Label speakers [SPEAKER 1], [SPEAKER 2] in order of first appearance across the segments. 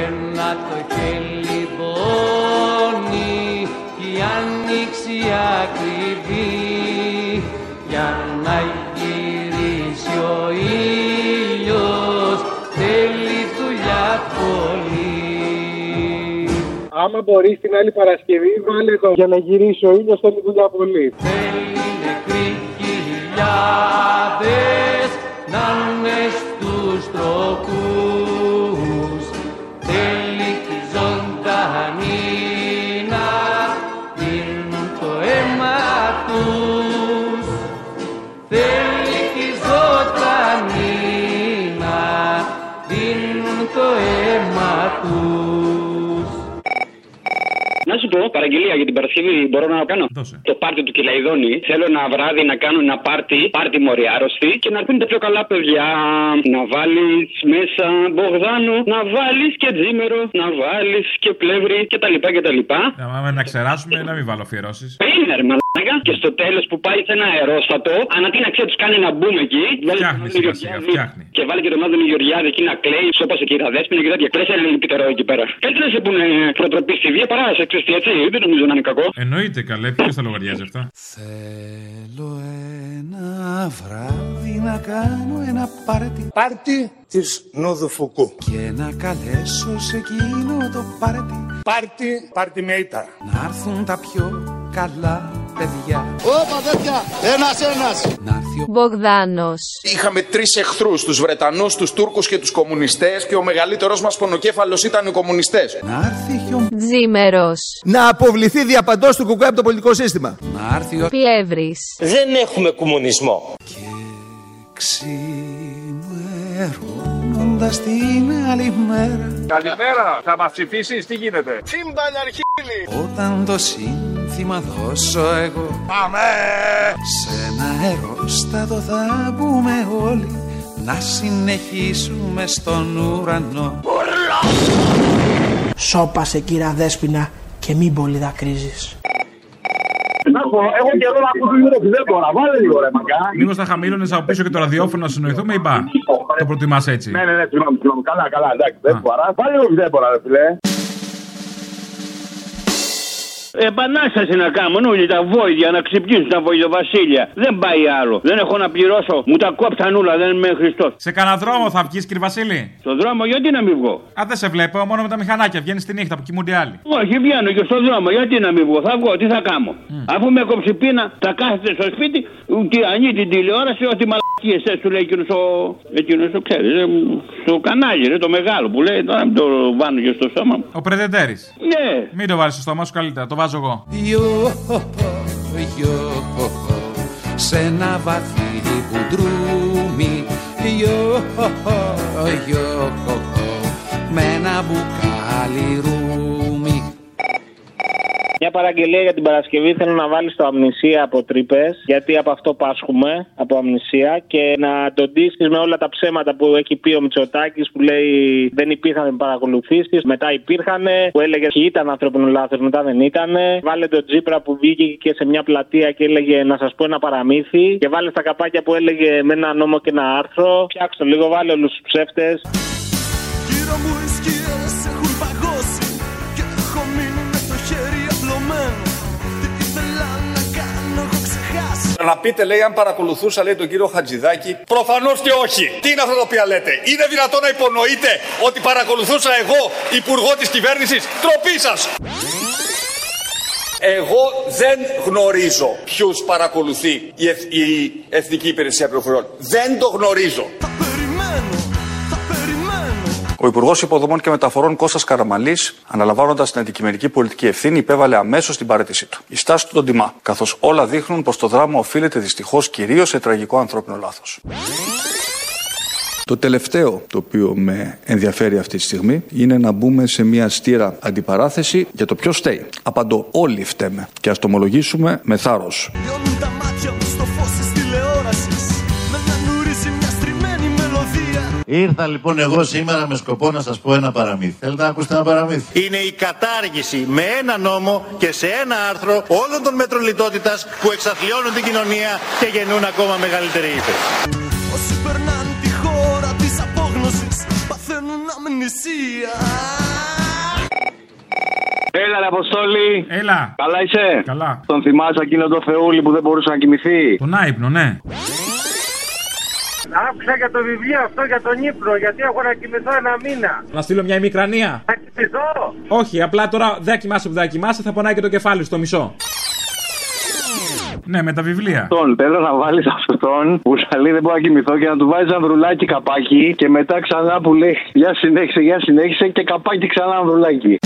[SPEAKER 1] Σαββάτο και λιβώνει κι η άνοιξη ακριβή για να γυρίσει ο ήλιος θέλει δουλειά πολύ.
[SPEAKER 2] Άμα μπορείς την άλλη Παρασκευή, βάλε το. Για να γυρίσει ο ήλιος, θέλει δουλειά πολύ.
[SPEAKER 1] Θέλει νεκροί χιλιάδες να είναι στους τροχούς. Θέλει κι οι ζωντανοί να δίνουν το αίμα τους. Θέλει κι οι ζωντανοί να δίνουν το αίμα τους.
[SPEAKER 3] Να σου πω, παραγγελία για την Παρασκευή μπορώ να κάνω.
[SPEAKER 4] Δώσε.
[SPEAKER 3] Το πάρτι του Κυλαϊδόνη. Θέλω ένα βράδυ να κάνω ένα πάρτι, πάρτι μωρή άρρωστη και να έρθουν τα πιο καλά παιδιά. Να βάλεις μέσα Μπογδάνο, να βάλεις και Τζίμερο, να βάλεις και πλεύρη κτλ. κτλ.
[SPEAKER 4] Ε, άμα Να ξεράσουμε, να μην βάλω αφιερώσεις.
[SPEAKER 3] Είναι ρε μαλάκα και στο τέλος που πάει σε ένα αερόστατο, ανατείναξε τους κάνει να μπούμε εκεί. Βάλει
[SPEAKER 4] Φτιάχνει
[SPEAKER 3] τον Άδωνη
[SPEAKER 4] σιγά σιγά,
[SPEAKER 3] Γεωργιάδη
[SPEAKER 4] φτιάχνει.
[SPEAKER 3] Και βάλει και τον Άδωνη Γεωργιάδη εκεί να κλαίει, σώπα σε κυρία Δέσπινα και τέτοια. Λε ελεκτρικό εκεί πέρα. Καλύτερα να σε πούνε ε, προτροπή στη βία παρά να σε ξεστή έτσι. Δεν νομίζω να είναι κακό.
[SPEAKER 4] Εννοείται καλέ, ποιος θα λογαριάζει αυτά.
[SPEAKER 5] Θέλω ένα βράδυ να κάνω ένα πάρτι Πάρτι της Νόδου Φουκού Και να καλέσω σε εκείνο το πάρτι Πάρτι, πάρτι μέιτα Να έρθουν τα πιο καλά παιδιά
[SPEAKER 6] Όπα τέτοια, ένας ένας.
[SPEAKER 5] Να έρθει ο
[SPEAKER 7] Μπογδάνος.
[SPEAKER 8] Είχαμε τρεις εχθρούς, τους Βρετανούς, τους Τούρκους και τους Κομμουνιστές, και ο μεγαλύτερο μας πονοκέφαλος ήταν οι Κομμουνιστές.
[SPEAKER 5] Να έρθει και ο
[SPEAKER 7] Τζίμερος.
[SPEAKER 6] Να αποβληθεί διαπαντός του κουκουέ από το πολιτικό σύστημα.
[SPEAKER 5] Να έρθει ο
[SPEAKER 7] Πλεύρης.
[SPEAKER 9] Δεν έχουμε κομμουνισμό.
[SPEAKER 5] Ξημερώνοντας την άλλη μέρα
[SPEAKER 2] Καλημέρα, θα μας ψηφίσεις, τι γίνεται.
[SPEAKER 6] Τσίμπαν αρχίλη.
[SPEAKER 5] Όταν το σύνθημα δώσω εγώ
[SPEAKER 6] Πάμε.
[SPEAKER 5] Σ' ένα αερόστατο θα μπούμε όλοι Να συνεχίσουμε στον ουρανό
[SPEAKER 10] Σώπασε κύρα Δέσποινα και μην πολύ δακρύζεις.
[SPEAKER 2] Να πω, έχω καιρό να ακούσω λίγο που δεν μπορώ. Βάλε λίγο ρε μακά.
[SPEAKER 4] Μήπως θα χαμήλωνες από πίσω και το ραδιόφωνο να συνοηθούμε ή μπα. Το προτιμά έτσι.
[SPEAKER 2] Ναι, ναι, ναι, συγγνώμη, συγγνώμη. Καλά, καλά, εντάξει, δεν
[SPEAKER 4] Α.
[SPEAKER 2] μπορώ. Βάλε λίγο που δεν μπορώ, ρε φιλέ.
[SPEAKER 3] Επανάσταση να κάνουν όλοι τα βόηδια, να ξυπνήσουν τα βόηδοβασίλια. Δεν πάει άλλο. Δεν έχω να πληρώσω. Μου τα κόψαν όλα, δεν είμαι Χριστός.
[SPEAKER 4] Σε κανένα δρόμο θα βγεις, κύριε Βασίλη.
[SPEAKER 3] Στον δρόμο γιατί να μην βγω.
[SPEAKER 4] Α, δεν σε βλέπω, μόνο με τα μηχανάκια. Βγαίνεις τη νύχτα που κοιμούνται οι άλλοι.
[SPEAKER 3] Όχι, βγαίνω και στον δρόμο, γιατί να μην βγω. Θα βγω, τι θα κάνω. Αφού με κόψει πείνα, θα κάθεται στο σπίτι, και ανοίγει την τηλεόραση, ό,τι μαλακίες θες, του λέει εκείνος ο. Εκείνος το ξέρει, στο κανάλι, ρε, το μεγάλο που λέει, τώρα μην το βάνω και στο σώμα μου.
[SPEAKER 4] Ο Πρετεντέρη.
[SPEAKER 3] Ναι,
[SPEAKER 4] Μην το βάλεις στο στόμα σου καλύτερα, το βάζω εγώ.
[SPEAKER 5] Ιω, ιω, σε ένα βαθύ κουντρούμι Ιω, ιω, με ένα μπουκάλι ρούμι
[SPEAKER 11] Μια παραγγελία για την Παρασκευή θέλω να βάλεις το αμνησία από τρύπες, γιατί από αυτό πάσχουμε, από αμνησία, και να τον ντύσεις με όλα τα ψέματα που έχει πει ο Μητσοτάκης που λέει δεν υπήρχαν παρακολουθήσεις, μετά υπήρχαν, που έλεγε και ήταν ανθρώπινο λάθος, μετά δεν ήταν. Βάλε τον Τζίπρα που βγήκε και σε μια πλατεία και έλεγε να σας πω ένα παραμύθι, και βάλε στα καπάκια που έλεγε με ένα νόμο και ένα άρθρο. Φτιάξτε λίγο, βάλε όλους τους ψεύτες.
[SPEAKER 6] Γύρω μου οι σκιές έχουν παγώσει Και έχω μείνει με το χέρι απλωμένο Τι ήθελα να κάνω έχω ξεχάσει
[SPEAKER 8] Να πείτε, λέει, αν παρακολουθούσα, λέει τον κύριο Χατζηδάκη. Προφανώς και όχι. Τι είναι αυτά τα οποία λέτε. Είναι δυνατόν να υπονοείτε ότι παρακολουθούσα εγώ υπουργό της κυβέρνησης. Τροπή σας. Εγώ δεν γνωρίζω ποιους παρακολουθεί η, Εθ- η Εθνική Υπηρεσία Πληροφοριών. Δεν το γνωρίζω.
[SPEAKER 6] Θα περιμένω, θα περιμένω
[SPEAKER 8] Ο Υπουργός Υποδομών και Μεταφορών Κώστας Καραμαλής, αναλαμβάνοντας την αντικειμενική πολιτική ευθύνη, υπέβαλε αμέσως την παρέτησή του. Η στάση του τον τιμά, καθώς όλα δείχνουν πως το δράμα οφείλεται δυστυχώς κυρίως σε τραγικό ανθρώπινο λάθος.
[SPEAKER 12] Το τελευταίο το οποίο με ενδιαφέρει αυτή τη στιγμή είναι να μπούμε σε μια στήρα αντιπαράθεση για το ποιος φταίει. Απαντώ, όλοι φταίμε και ας το ομολογήσουμε με θάρρος.
[SPEAKER 6] Λιώνουν τα μάτια μου στο φως της τηλεόρασης Με δανουρίζει μια στριμμένη μελωδία
[SPEAKER 9] Ήρθα λοιπόν εγώ σήμερα με σκοπό να σας πω ένα παραμύθι. Θέλετε να ακούσετε ένα παραμύθι. Είναι η κατάργηση με ένα νόμο και σε ένα άρθρο όλων των μέτρων λιτότητας που εξαθλιώνουν την κοινωνία και γεννούν ακόμα μεγαλύτερη ύφεση.
[SPEAKER 6] Όσοι περνάνε τη χώρα της απόγνωσης Παθαίνουν αμνησία
[SPEAKER 13] Έλα, ρε Αποστόλη.
[SPEAKER 4] Έλα.
[SPEAKER 13] Καλά είσαι.
[SPEAKER 4] Καλά.
[SPEAKER 13] Τον θυμάσαι εκείνο το Θεούλη που δεν μπορούσε να κοιμηθεί.
[SPEAKER 4] Τον άϊπνο, ναι.
[SPEAKER 14] Άκουσα για το βιβλίο αυτό για τον ύπνο, γιατί έχω να κοιμηθώ ένα μήνα.
[SPEAKER 15] Να στείλω μια ημικρανία.
[SPEAKER 14] Θα κοιμηθώ.
[SPEAKER 15] Όχι, απλά τώρα δεν θα κοιμάσαι που θα κοιμάσαι, θα πονάει και το κεφάλι στο μισό.
[SPEAKER 4] Ναι, με τα βιβλία.
[SPEAKER 13] Τον θέλω να βάλεις αυτόν που σου λέει δεν μπορώ να κοιμηθώ και να του βάζεις ανδρουλάκι καπάκι και μετά ξανά που λέει για συνέχισε, για συνέχισε και καπάκι ξανά ανδρουλάκι.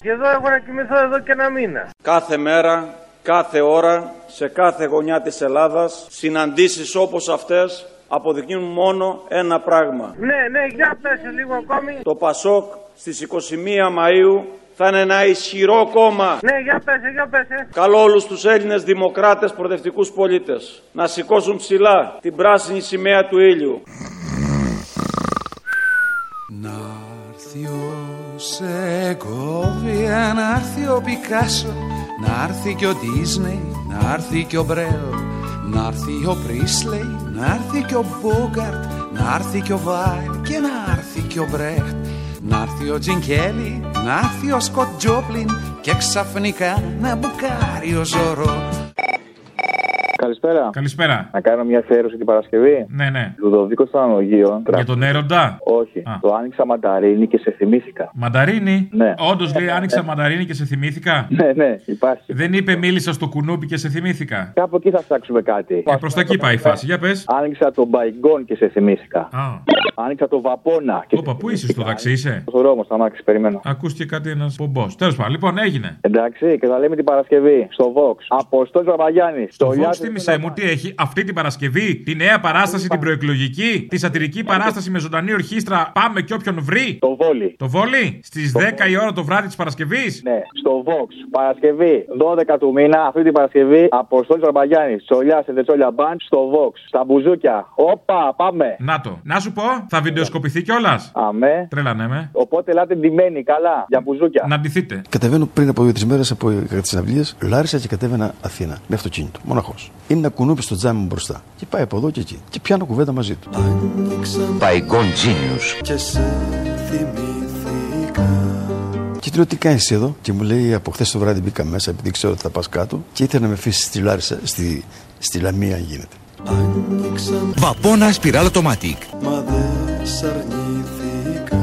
[SPEAKER 14] Και εδώ έχω να κοιμηθώ εδώ και ένα μήνα.
[SPEAKER 16] Κάθε μέρα, κάθε ώρα, σε κάθε γωνιά της Ελλάδας, συναντήσεις όπως αυτές αποδεικνύουν μόνο ένα πράγμα.
[SPEAKER 14] Ναι, ναι, για πέσει λίγο ακόμη.
[SPEAKER 16] Το ΠΑΣΟΚ στις 21 Μαΐου θα είναι ένα ισχυρό κόμμα.
[SPEAKER 14] Ναι, για πέσει, για πέσει.
[SPEAKER 16] Καλώ όλους τους Έλληνες δημοκράτες προοδευτικούς πολίτες να σηκώσουν ψηλά την πράσινη σημαία του ήλιου.
[SPEAKER 5] Σε κόβει να έρθει ο Πικάσο Να έρθει και ο Ντίσνεϊ Να έρθει και ο Μπρέλ Να έρθει ο Πρίσλεϊ Να έρθει και ο Μπόγκαρτ Να έρθει και ο Βάιλ Και να έρθει και ο Μπρέχτ Να έρθει ο Τζινκέλη Να έρθει ο Σκοτ Τζόπλιν Και ξαφνικά να μπουκάρει ο Ζωρό
[SPEAKER 17] Καλησπέρα.
[SPEAKER 4] Καλησπέρα.
[SPEAKER 17] Να κάνω μια αφιέρωση την Παρασκευή.
[SPEAKER 4] Ναι, ναι.
[SPEAKER 17] Λουδοβίκο των Ανογείων.
[SPEAKER 4] Για τον έρωτα.
[SPEAKER 17] Όχι. Το άνοιξα μανταρίνι και σε θυμήθηκα.
[SPEAKER 4] Μανταρίνι.
[SPEAKER 17] Ναι.
[SPEAKER 4] Όντως λέει, άνοιξα μανταρίνι και σε θυμήθηκα.
[SPEAKER 17] Ναι, ναι, υπάρχει.
[SPEAKER 4] Δεν είπε, μίλησα στο κουνούπι και σε θυμήθηκα.
[SPEAKER 17] Κάπου εκεί θα ψάξουμε κάτι.
[SPEAKER 4] Ε, προς τα εκεί πάει η φάση. Για πες.
[SPEAKER 17] Άνοιξα τον Μπαϊγκόν και σε θυμήθηκα. Άνοιξα το Βαπόνα. Και
[SPEAKER 4] Όπα, πού είσαι στο ταξί, είσαι.
[SPEAKER 17] στο δρόμο, στα μάξι, περιμένω.
[SPEAKER 4] Ακούστηκε κάτι ένας πομπός. Τέλος πάντων, λοιπόν, έγινε.
[SPEAKER 17] Εντάξει, και θα λέμε την Παρασκευή στο Vox. Αποστόλης Παπαγιάννης.
[SPEAKER 4] Το Vox τι μισέ μου, τι έχει αυτή την Παρασκευή, τη νέα παράσταση, την προεκλογική, τη σατυρική παράσταση με ζωντανή ορχήστρα. Πάμε και όποιον βρει.
[SPEAKER 17] Το βόλι.
[SPEAKER 4] Το βόλι στις 10 η ώρα το βράδυ της Παρασκευής.
[SPEAKER 17] Ναι, στο Vox. Παρασκευή 12 του μήνα, αυτή την Παρασκευή, Αποστόλης Παπαγιάννη. Τσολιά σε δετσόλια μπαν στο Vox. Στα μπουζούκια. Όπα, πάμε.
[SPEAKER 4] Να το. Να σου πω, θα βιντεοσκοπηθεί κιόλας.
[SPEAKER 17] Αμέ.
[SPEAKER 4] Τρελανέ με.
[SPEAKER 17] Οπότε ελάτε ντυμένοι, καλά, για μπουζούκια.
[SPEAKER 4] Να ντυθείτε.
[SPEAKER 18] Κατεβαίνω πριν από δύο-τρει μέρες από τι αυλίε, Λάρισα και κατέβαινα Αθήνα με αυτοκίνητο, μοναχός. Είναι ένα κουνούπι στο τζάμι μου μπροστά. Και πάει από εδώ και εκεί. Και πιάνω κουβέντα μαζί του.
[SPEAKER 19] Παϊκόν Genius.
[SPEAKER 18] Και σε Και του λέω τι κάνεις εδώ. Και μου λέει από χθες το βράδυ μπήκα μέσα επειδή ξέρω ότι θα πας κάτω. Και ήθελα να με αφήσεις στη Λάρισα, στη, στη Λαμία αν γίνεται.
[SPEAKER 19] Βαπόνα σπιράλα το μάτι.
[SPEAKER 18] Μα δεν σ' αρνήθηκα.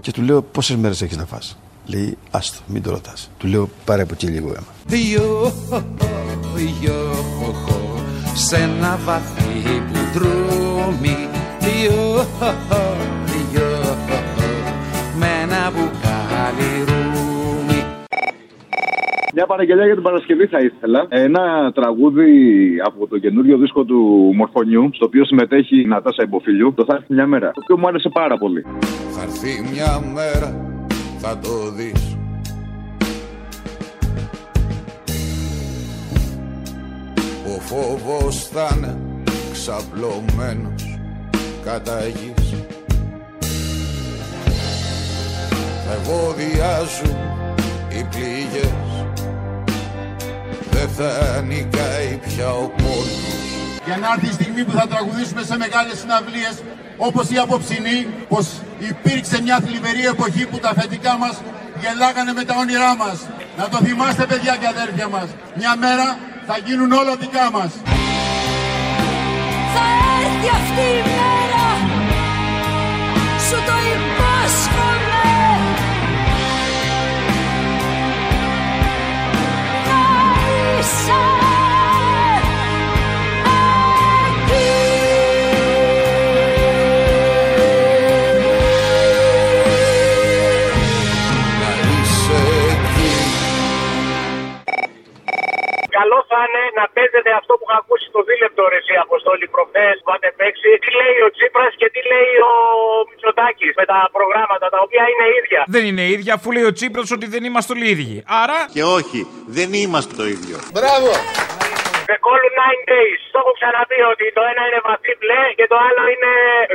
[SPEAKER 18] Και του λέω πόσες μέρες έχεις να φας. Λέει άστο, μην το ρωτάς. Του λέω πάρε από εκεί λίγο αίμα.
[SPEAKER 5] Δυο, δυο, χω, σε ένα βαθύ που δρούμει Δυο, δυο, με ένα μπουκάλι ρούμι
[SPEAKER 20] Μια παραγγελία για την Παρασκευή θα ήθελα. Ένα τραγούδι από το καινούριο δίσκο του Μορφωνιού, στο οποίο συμμετέχει η Νατάσα Ιμποφιλιού, το θα έρθει μια μέρα. Το οποίο μου άρεσε πάρα πολύ.
[SPEAKER 21] Θα έρθει μια μέρα, θα το δεις Ο φόβος θα είναι ξαπλωμένος κατά γης Θα ευωδιάζουν οι πληγές Δεν θα νικάει πια ο πόνος
[SPEAKER 22] Για να έρθει η στιγμή που θα τραγουδήσουμε σε μεγάλες συναυλίες όπως η απόψινή πως υπήρξε μια θλιβερή εποχή που τα αφεντικά μας γελάγανε με τα όνειρά μας. Να το θυμάστε παιδιά και αδέρφια μας. Μια μέρα θα γίνουν όλα δικά μας.
[SPEAKER 23] Θα έρθει αυτή η μέρα Σου το υπόσχομαι Θα είσαι εκεί
[SPEAKER 21] Να είσαι εκεί
[SPEAKER 14] Καλό θα είναι να παίζετε αυτό που είχα ακούσει στο δίλεπτο ρε εσύ Αποστόλη προχθές που είχατε παίξει. Τι λέει ο Τσίπρας και τι λέει ο Μητσοτάκης με τα προγράμματα τα οποία είναι ίδια.
[SPEAKER 15] Δεν είναι ίδια, αφού λέει ο Τσίπρας ότι δεν είμαστε όλοι ίδιοι. Άρα.
[SPEAKER 9] Και όχι, δεν είμαστε το ίδιο.
[SPEAKER 14] Μπράβο! The Call of Nine Days. Το έχω ξαναπεί ότι το ένα είναι βαθύ μπλε και το άλλο είναι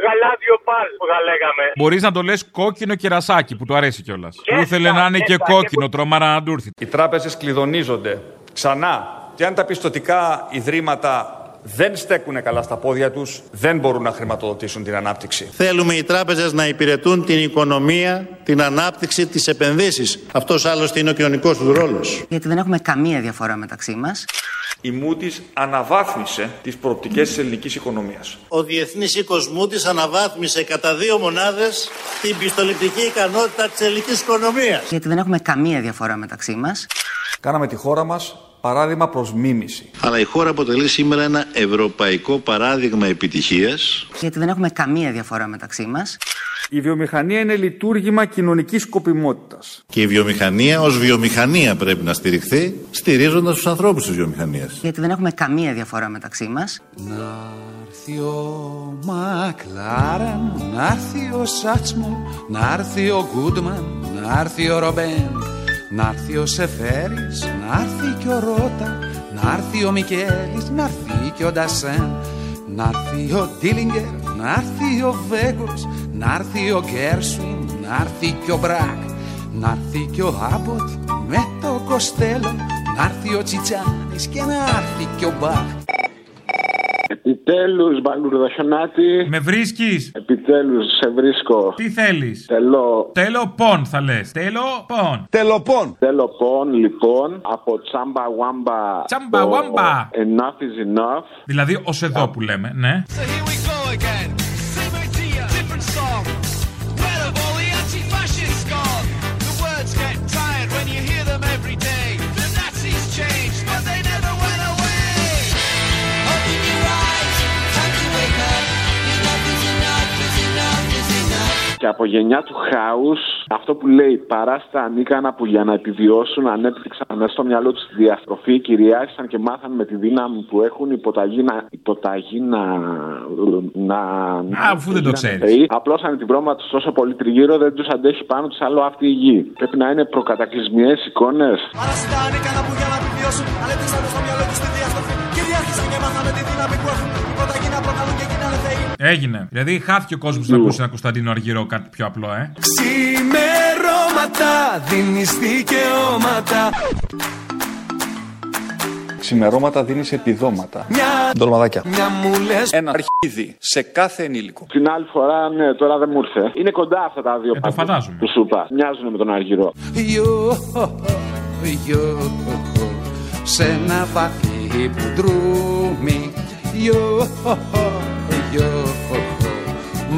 [SPEAKER 14] γαλάζιο παλ που θα λέγαμε.
[SPEAKER 15] Μπορείς να το λες κόκκινο κερασάκι που του αρέσει κιόλας. Που ήθελε να είναι και κόκκινο, τρομάρα να του έρθει.
[SPEAKER 12] Οι τράπεζες κλειδονίζονται ξανά. Και αν τα πιστοτικά ιδρύματα
[SPEAKER 1] δεν στέκουν καλά στα πόδια τους, δεν μπορούν να χρηματοδοτήσουν την ανάπτυξη.
[SPEAKER 9] Θέλουμε οι τράπεζες να υπηρετούν την οικονομία, την ανάπτυξη, τις επενδύσεις. Αυτός άλλωστε είναι ο κοινωνικός τους ρόλος.
[SPEAKER 7] Γιατί δεν έχουμε καμία διαφορά μεταξύ μας.
[SPEAKER 1] Η Moody's αναβάθμισε τις προοπτικές της ελληνικής οικονομίας.
[SPEAKER 9] Ο διεθνής οίκος Moody's αναβάθμισε κατά δύο μονάδες την πιστοληπτική ικανότητα της ελληνικής οικονομίας.
[SPEAKER 7] Γιατί δεν έχουμε καμία διαφορά μεταξύ μας.
[SPEAKER 8] Κάναμε τη χώρα μας παράδειγμα προς μίμηση.
[SPEAKER 9] Αλλά η χώρα αποτελεί σήμερα ένα ευρωπαϊκό παράδειγμα επιτυχίας.
[SPEAKER 7] Γιατί δεν έχουμε καμία διαφορά μεταξύ μας.
[SPEAKER 1] Η βιομηχανία είναι λειτουργήμα κοινωνικής σκοπιμότητας.
[SPEAKER 9] Και η βιομηχανία ως βιομηχανία πρέπει να στηριχθεί, στηρίζοντας τους ανθρώπους της βιομηχανίας.
[SPEAKER 7] Γιατί δεν έχουμε καμία διαφορά μεταξύ μας.
[SPEAKER 5] Να έρθει ο Μακλάραν, να έρθει ο Σάτσμο, να έρθει ο Γκούντμαν, να έρθει ο Ρομπέν, να έρθει ο Σεφέρης, να έρθει και ο Ρότα, να έρθει ο Μικέλης, να έρθει και ο Ντασέν, να έρθει ο Ντίλιγκερ, να έρθει ο Βέγκος, να έρθει ο Γκέρσουιν, να έρθει και ο Μπρακ, να έρθει και ο Άμποτ με το Κοστέλο, να έρθει ο Τσιτσάνης και να έρθει και ο Μπακ.
[SPEAKER 10] Επιτέλους, Μπαλουρδασιονάτη.
[SPEAKER 4] Με βρίσκεις.
[SPEAKER 10] Επιτέλους, σε βρίσκω.
[SPEAKER 4] Τι θέλεις.
[SPEAKER 10] Θέλω.
[SPEAKER 4] Θέλω πον θα λες. Θέλω πον.
[SPEAKER 10] Τελοπών. Τελοπών, λοιπόν, από Τσάμπα Wamba.
[SPEAKER 4] Τσάμπα
[SPEAKER 10] το
[SPEAKER 4] Wamba.
[SPEAKER 10] Enough is enough.
[SPEAKER 4] Δηλαδή ως εδώ που λέμε, ναι.
[SPEAKER 10] Και από γενιά του χάους, αυτό που λέει παράστα ανίκανα που για να επιβιώσουν ανέπτυξαν μέσα στο μυαλό τους τη διαστροφή, κυριάρχησαν και μάθαν με τη δύναμη που έχουν υποταγή να. Υποταγή να. να
[SPEAKER 4] Α, αφού δεν το ξέρεις.
[SPEAKER 10] Απλώσαν την βρώμα του τόσο πολύ τριγύρω, δεν τους αντέχει πάνω τους άλλο αυτή η γη. Πρέπει να είναι προκατακλυσμιές εικόνες.
[SPEAKER 6] Παράστα ανίκανα που για να επιβιώσουν, ανέπτυξαν μέσα στο μυαλό τους τη διαστροφή, κυριάρχησαν και μάθαν με τη δύναμη που έχουν. Πρώτα γίνα προκαλούν και γίνανε θεοί.
[SPEAKER 4] Έγινε. Δηλαδή χάθηκε ο κόσμος να ακούσει ένα Κωνσταντίνο Αργυρό, κάτι πιο απλό, ε.
[SPEAKER 5] Ξημερώματα δίνεις δικαιώματα
[SPEAKER 8] Ξημερώματα δίνεις επιδόματα.
[SPEAKER 5] Μια-
[SPEAKER 8] Ντολμαδάκια.
[SPEAKER 10] Μια μου λες.
[SPEAKER 8] Ένα αρχίδι σε κάθε ενήλικο.
[SPEAKER 10] Την άλλη φορά, ναι, τώρα δεν μου ήρθε. Είναι κοντά αυτά τα δύο ε,
[SPEAKER 4] φαντάζομαι.
[SPEAKER 10] που σου είπα. Μοιάζουν με τον Αργυρό.
[SPEAKER 5] Ιω, ιω, σε ένα βαθύ που ντρούμει Ιω, ιω,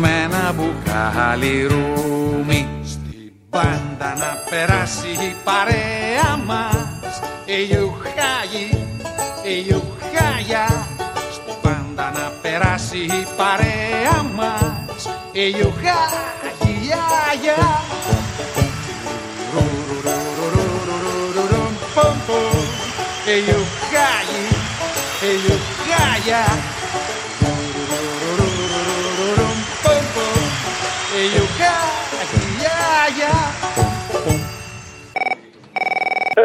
[SPEAKER 5] με ένα μπουκάλι ρούμι Στην πάντα να περάσει η παρέα μας Ιουχάγι, Ιουχάγια Στην πάντα να περάσει η παρέα μας Ιουχάγια, γεια Ιουχάγι, Ιουχάγια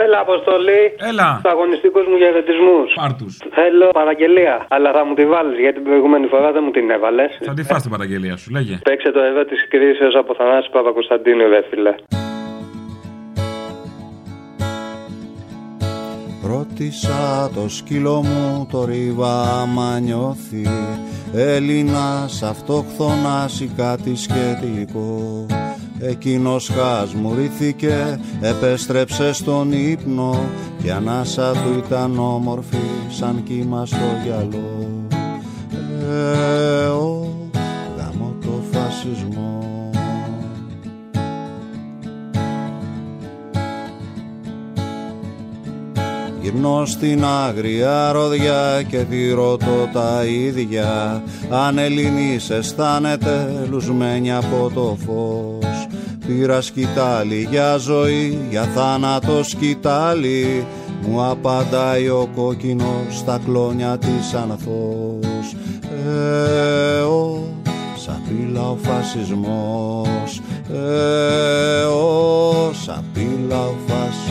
[SPEAKER 24] Έλα, Αποστολή.
[SPEAKER 4] Έλα.
[SPEAKER 24] Στους αγωνιστικούς μου χαιρετισμούς.
[SPEAKER 4] Πάρτους.
[SPEAKER 24] Θέλω παραγγελία, αλλά θα μου τη βάλεις γιατί την προηγούμενη φορά δεν μου την έβαλες.
[SPEAKER 4] Θα τη φας την παραγγελία σου, λέγε.
[SPEAKER 24] Παίξε το εδώ της κρίσεως από Θανάση Παπακοσταντίνου, δε φίλε.
[SPEAKER 25] Ρώτησα το σκύλο μου το ρίβα άμα νιώθει Έλληνας αυτόχθονας ή κάτι σχετικό Εκείνος χασμουρήθηκε, επέστρεψε στον ύπνο Και η ανάσα του ήταν όμορφη σαν κύμα στο γυαλό Ε, ο, γαμώ το φασισμό Γυμνώ στην άγρια ροδιά και τη ρωτώ τα ίδια Αν Ελληνής αισθάνεται λουσμένη από το φως Πήρα σκητάλι για ζωή, για θάνατο σκητάλι Μου απαντάει ο κόκκινος στα κλόνια της ανθός Ε, ο, σαπίλα ο φασισμός Ε, ο, σαπίλα ο φασισμός